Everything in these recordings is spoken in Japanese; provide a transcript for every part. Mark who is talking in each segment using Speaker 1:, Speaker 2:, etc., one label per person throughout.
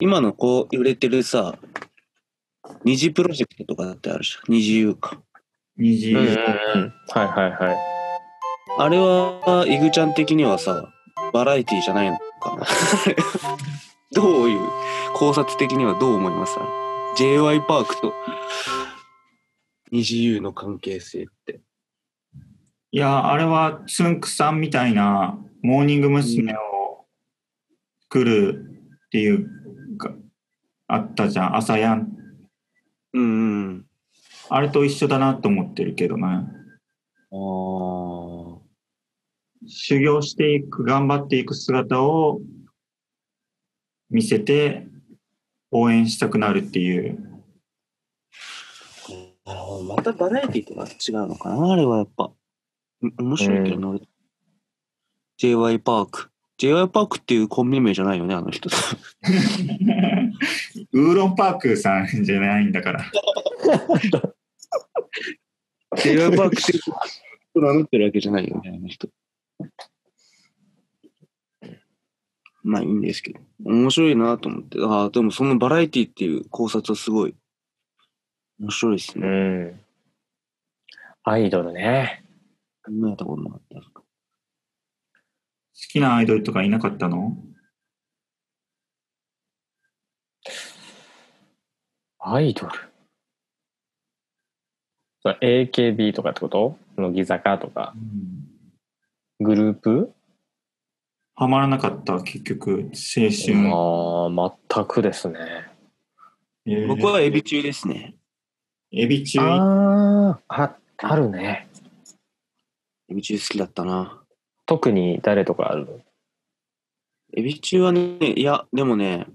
Speaker 1: 今のこう売れてるさ、二次プロジェクトとかだってあるじゃん。二次優か。
Speaker 2: 二次、
Speaker 3: うんうんうん。はいはいはい。
Speaker 1: あれは、イグちゃん的にはさ、バラエティじゃないのかな。 どういう、考察的にはどう思います j y パークと二次優の関係性って。
Speaker 2: いや、あれは、つんくさんみたいな、モーニング娘。を作るっていうか、あったじゃん、朝やん。
Speaker 1: うん
Speaker 2: あれと一緒だなと思ってるけどね。
Speaker 1: うん。ああ。
Speaker 2: 修行していく、頑張っていく姿を見せて、応援したくなるって いう。
Speaker 1: なるほど。またバラエティとは違うのかなあれはやっぱ。ん面白いけどな、俺 j y パーク。j y パークっていうコンビ名じゃないよね、あの人。
Speaker 2: ウーロンパークさんじゃないんだから。
Speaker 1: j y パークっていう人名乗ってるわけじゃないよね、あの人。まあいいんですけど。面白いなと思って。ああ、でもそのバラエティっていう考察はすごい面白いです
Speaker 3: う
Speaker 1: ね。
Speaker 3: ん。アイドルね。
Speaker 1: 考えたことなかった。
Speaker 2: 好きなアイドルとかいなかったの
Speaker 3: アイドル。そう AKB とかってこと乃木坂とか。グループ
Speaker 2: ハマらなかった、結局、青春。
Speaker 3: ああ、全くですね。
Speaker 2: えー
Speaker 1: 僕はエビ中ですね。
Speaker 2: エビ中
Speaker 3: ああ、あ、あるね。
Speaker 1: エビ中好きだったな。
Speaker 3: 特に誰とかある
Speaker 1: エビ中はね、いや、でもね、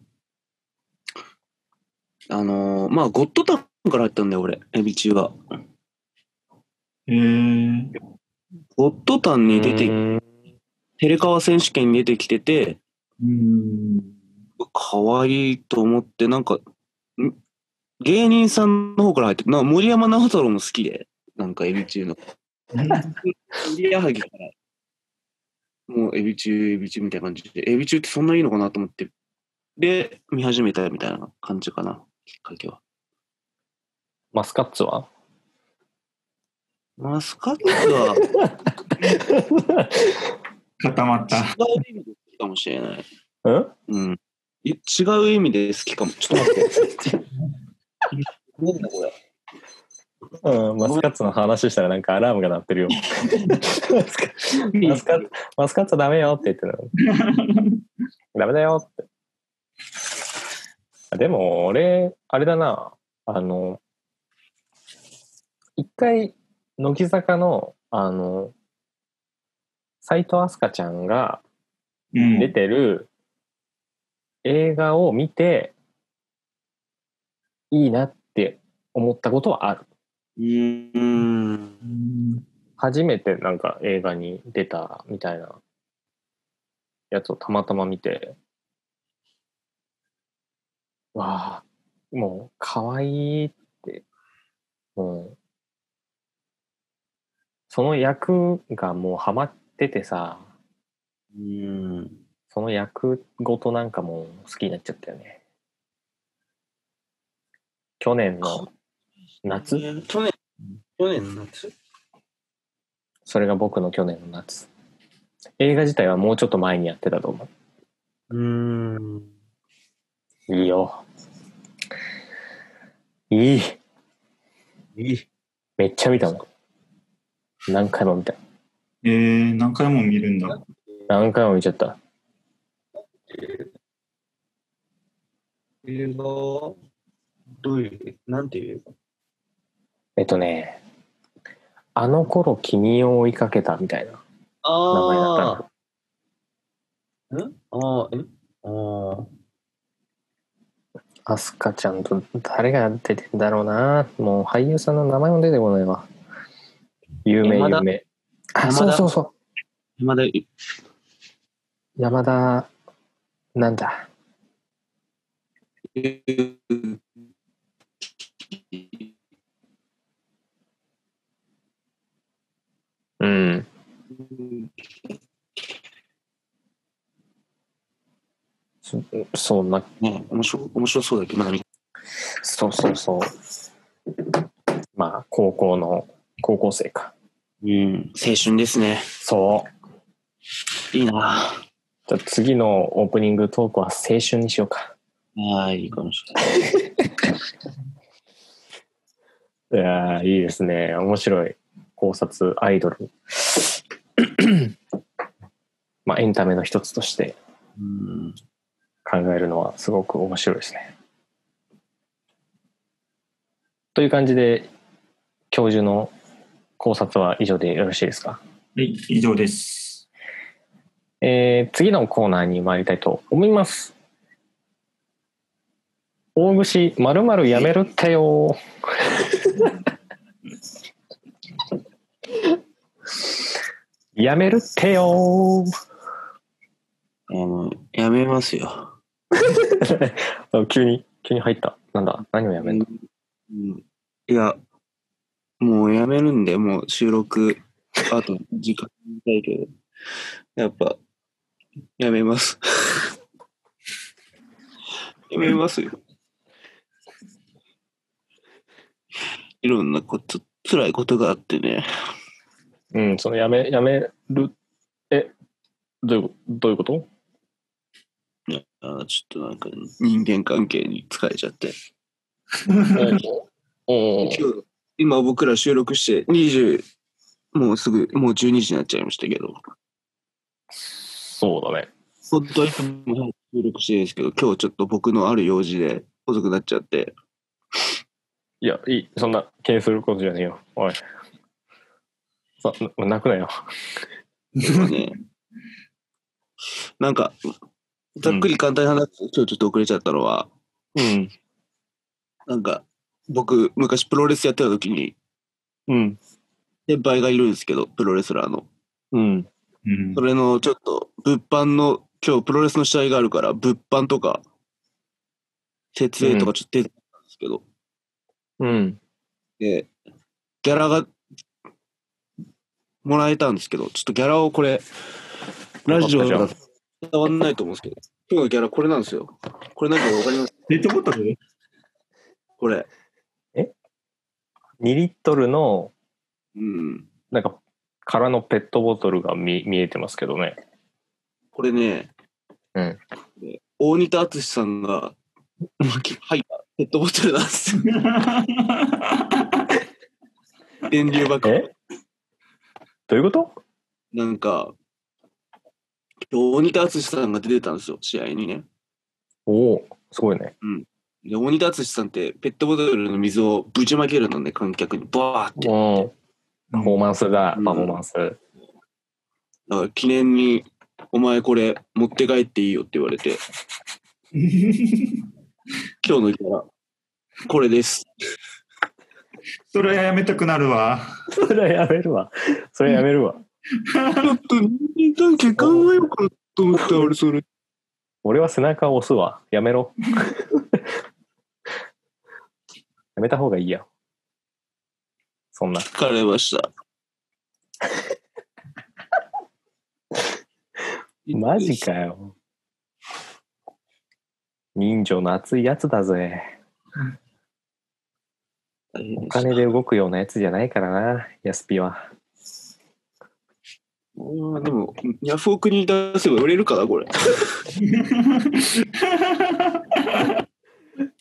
Speaker 1: あのーまあ、ゴッドタンから入ったんだよ、俺、エビ中は。
Speaker 2: へー
Speaker 1: ゴッドタンに出て、
Speaker 3: うん
Speaker 1: テレカワ選手権に出てきてて、
Speaker 2: うん。
Speaker 1: 可愛いと思って、なんか、ん芸人さんの方から入って、なんか森山直太朗も好きで、なんかエビ中の。切りはぎから、もうエビ中、エビ中みたいな感じで、エビ中ってそんないいのかなと思って、で、見始めたみたいな感じかな、きっかけは。
Speaker 3: マスカッツ は
Speaker 1: マスカッツは、
Speaker 2: 固まった。
Speaker 1: 違う意味で好きかもしれない。
Speaker 3: うん
Speaker 1: うん。い違う意味で好きかも。ちょっと待って。なんだこれ。
Speaker 3: うん、マスカッツの話したらなんかアラームが鳴ってるよ。マスカマスカマスカッツはダメよって言ってるの。ダメだよって。でも俺、あれだな、あの、一回、乃木坂の、あの、斎藤飛鳥ちゃんが
Speaker 2: うん
Speaker 3: 出てる映画を見て、いいなって思ったことはある。
Speaker 1: うーん。
Speaker 2: うん
Speaker 3: 初めてなんか映画に出たみたいなやつをたまたま見てわあもう可愛いってもうその役がもうハマっててさ
Speaker 1: うーん。
Speaker 3: その役ごとなんかもう好きになっちゃったよね去年の夏
Speaker 1: 去年、去年の夏
Speaker 3: それが僕の去年の夏映画自体はもうちょっと前にやってたと思う
Speaker 1: うーん。
Speaker 3: いいよ。いい。
Speaker 1: いい。
Speaker 3: めっちゃ見たもん。何回も見た。
Speaker 2: えー、何回も見るんだ。
Speaker 3: 何回も見ちゃった。
Speaker 1: 映画どういう、なんていう
Speaker 3: えっとね、あの頃君を追いかけたみたいな名前だった
Speaker 1: ああ。
Speaker 3: の。
Speaker 1: んああ、えああ。
Speaker 3: アスカちゃんと誰が出てんだろうな。もう俳優さんの名前も出てこないわ。有名
Speaker 1: 山田
Speaker 3: 有名。
Speaker 1: 山
Speaker 3: あ、
Speaker 1: 田
Speaker 3: そうそうそ
Speaker 1: まだ、え
Speaker 3: う。山田、なんだ。うん。そうな、
Speaker 1: ね、面白面白そうだけど、なんか
Speaker 3: そうそうそう。まあ、高校の、高校生か。
Speaker 1: うん、青春ですね。
Speaker 3: そう。
Speaker 1: いいな
Speaker 3: じゃあ次のオープニングトークは青春にしようか。
Speaker 1: はい、いいかもしれない。
Speaker 3: いやーいいですね。面白い。考察、アイドル。 まあ、エンタメの一つとして
Speaker 1: うん、
Speaker 3: 考えるのはすごく面白いですね。という感じで、教授の考察は以上でよろしいですか
Speaker 2: はい、以上です。
Speaker 3: えー次のコーナーに参りたいと思います。大串まるまるやめるってよ。やめるってよ。
Speaker 1: あのやめますよ。
Speaker 3: あ急に急に入った。なんだ何をやめるの
Speaker 1: うんいや、もうやめるんで、もう収録、あと 時間ないけど、やっぱ、やめます。 やめますよ。いろんなこと、辛いことがあってね。
Speaker 3: うんそのやめやめるえどういうことどういうこと
Speaker 1: あーちょっとなんか人間関係に疲れちゃって。
Speaker 3: お
Speaker 1: 今
Speaker 3: ー
Speaker 1: 日今僕ら収録して20もうすぐもう12時になっちゃいましたけど
Speaker 3: そうだね。
Speaker 1: 本当にもう収録してるんですけど今日ちょっと僕のある用事で遅くなっちゃって
Speaker 3: いやいいそんな気にすることじゃねえよ。おい。そな泣くなよ。
Speaker 1: ねなんかざっくり簡単に話すと今日ちょっと遅れちゃったのは
Speaker 3: うん。
Speaker 1: なんか僕昔プロレスやってた時に
Speaker 3: うん。
Speaker 1: 先輩がいるんですけどプロレスラーの
Speaker 3: うん。
Speaker 2: うん
Speaker 1: そ、れのちょっと物販の今日プロレスの試合があるから物販とか設営とかちょっと手伝ったんですけど、
Speaker 3: うん。
Speaker 1: で、ギャラがもらえたんですけど、ちょっとギャラをこれ、ラジオだと伝わんないと思うんですけど、今日のギャラこれなんですよ。これなんかわかります
Speaker 2: ペットボトル
Speaker 1: これ。
Speaker 3: 2リットルの、
Speaker 1: うん。
Speaker 3: なんか、空のペットボトルが見見えてますけどね。
Speaker 1: これね、
Speaker 3: うん
Speaker 1: で大仁田敦さんが入ったペットボトルなんですよ。電流爆破。
Speaker 3: えどういうこと
Speaker 1: なんか、今日大仁田敦さんが出てたんですよ、試合にね。
Speaker 3: おお、すごいね。
Speaker 1: で、大仁田敦さんってペットボトルの水をぶちまけるのね、観客に。バーって。
Speaker 3: うん。パフォーマンスだ、
Speaker 1: うん
Speaker 3: パフォーマンス。
Speaker 1: だから記念に、お前これ持って帰っていいよって言われて、今日のキャラ、これです。
Speaker 2: それはやめたくなるわ。
Speaker 3: それやめるわ。それやめるわ。
Speaker 1: ちょっと人間関係考えようかなと思った俺それ。
Speaker 3: 俺は背中を押すわ。やめ ろ。やめた方がいいや。そんな。
Speaker 1: 疲れました。
Speaker 3: マジかよ。人情の熱いやつだぜ。
Speaker 1: 大変
Speaker 3: お
Speaker 1: でした。
Speaker 3: 金で動くようなやつじゃないからな、ヤスピは。
Speaker 1: うんでも、ヤフオクに出せば売れるかな、こ れ。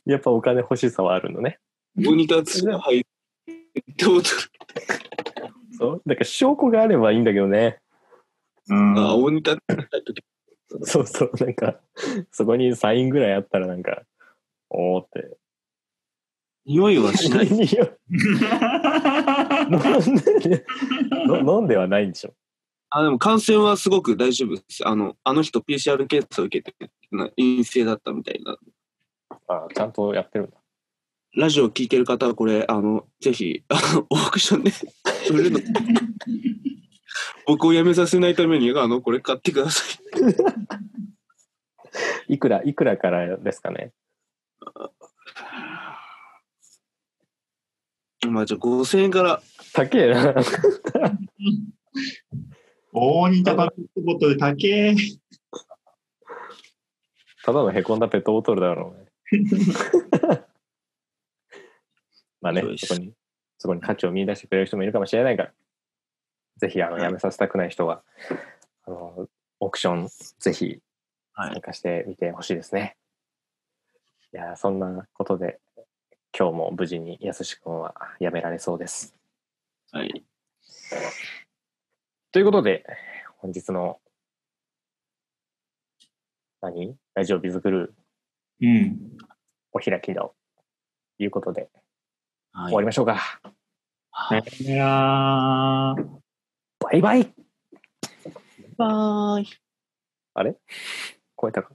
Speaker 3: やっぱお金欲しさはあるのね。
Speaker 1: モニターつが入って、ペットボト
Speaker 3: そう。だから証拠があればいいんだけどね。
Speaker 2: うん
Speaker 1: ルが、 モニターつ入った時
Speaker 3: そうそう。なんか、そこにサインぐらいあったらなんか、おーって。
Speaker 1: 匂いはしない。
Speaker 3: 飲んで、の飲んではないんでしょ。
Speaker 1: あ、でも感染はすごく大丈夫です。あの、あの人 PCR 検査を受けて、な陰性だったみたいな。
Speaker 3: あちゃんとやってるんだ。
Speaker 1: ラジオ聞いてる方はこれ、あの、ぜひ、あの、オークションで 売るの。僕を辞めさせないために、あの、これ買ってください。
Speaker 3: いくら、いくらからですかね。
Speaker 1: まあ、じゃあ5000円から、
Speaker 3: 高えな。
Speaker 2: 大仁田バットボトル高え。
Speaker 3: ただのへこんだペットボトルだろうね。 まあね
Speaker 1: そうで、す
Speaker 3: そこに、そこに価値を見出してくれる人もいるかもしれないから、ぜひ、あの、
Speaker 1: はい
Speaker 3: やめさせたくない人は、あの、オークション、ぜひ、
Speaker 1: はい
Speaker 3: 参加してみてほしいですね。いやー、そんなことで、今日も無事にやすし君は辞められそうです。
Speaker 1: はい。
Speaker 3: ということで、本日の、何ラジオビズクルー
Speaker 2: うん。
Speaker 3: お開きということで、終
Speaker 1: は
Speaker 3: わり
Speaker 1: い。
Speaker 3: ましょうか。
Speaker 2: さよなら。
Speaker 3: バイバイ
Speaker 1: バイ。
Speaker 3: 超えたか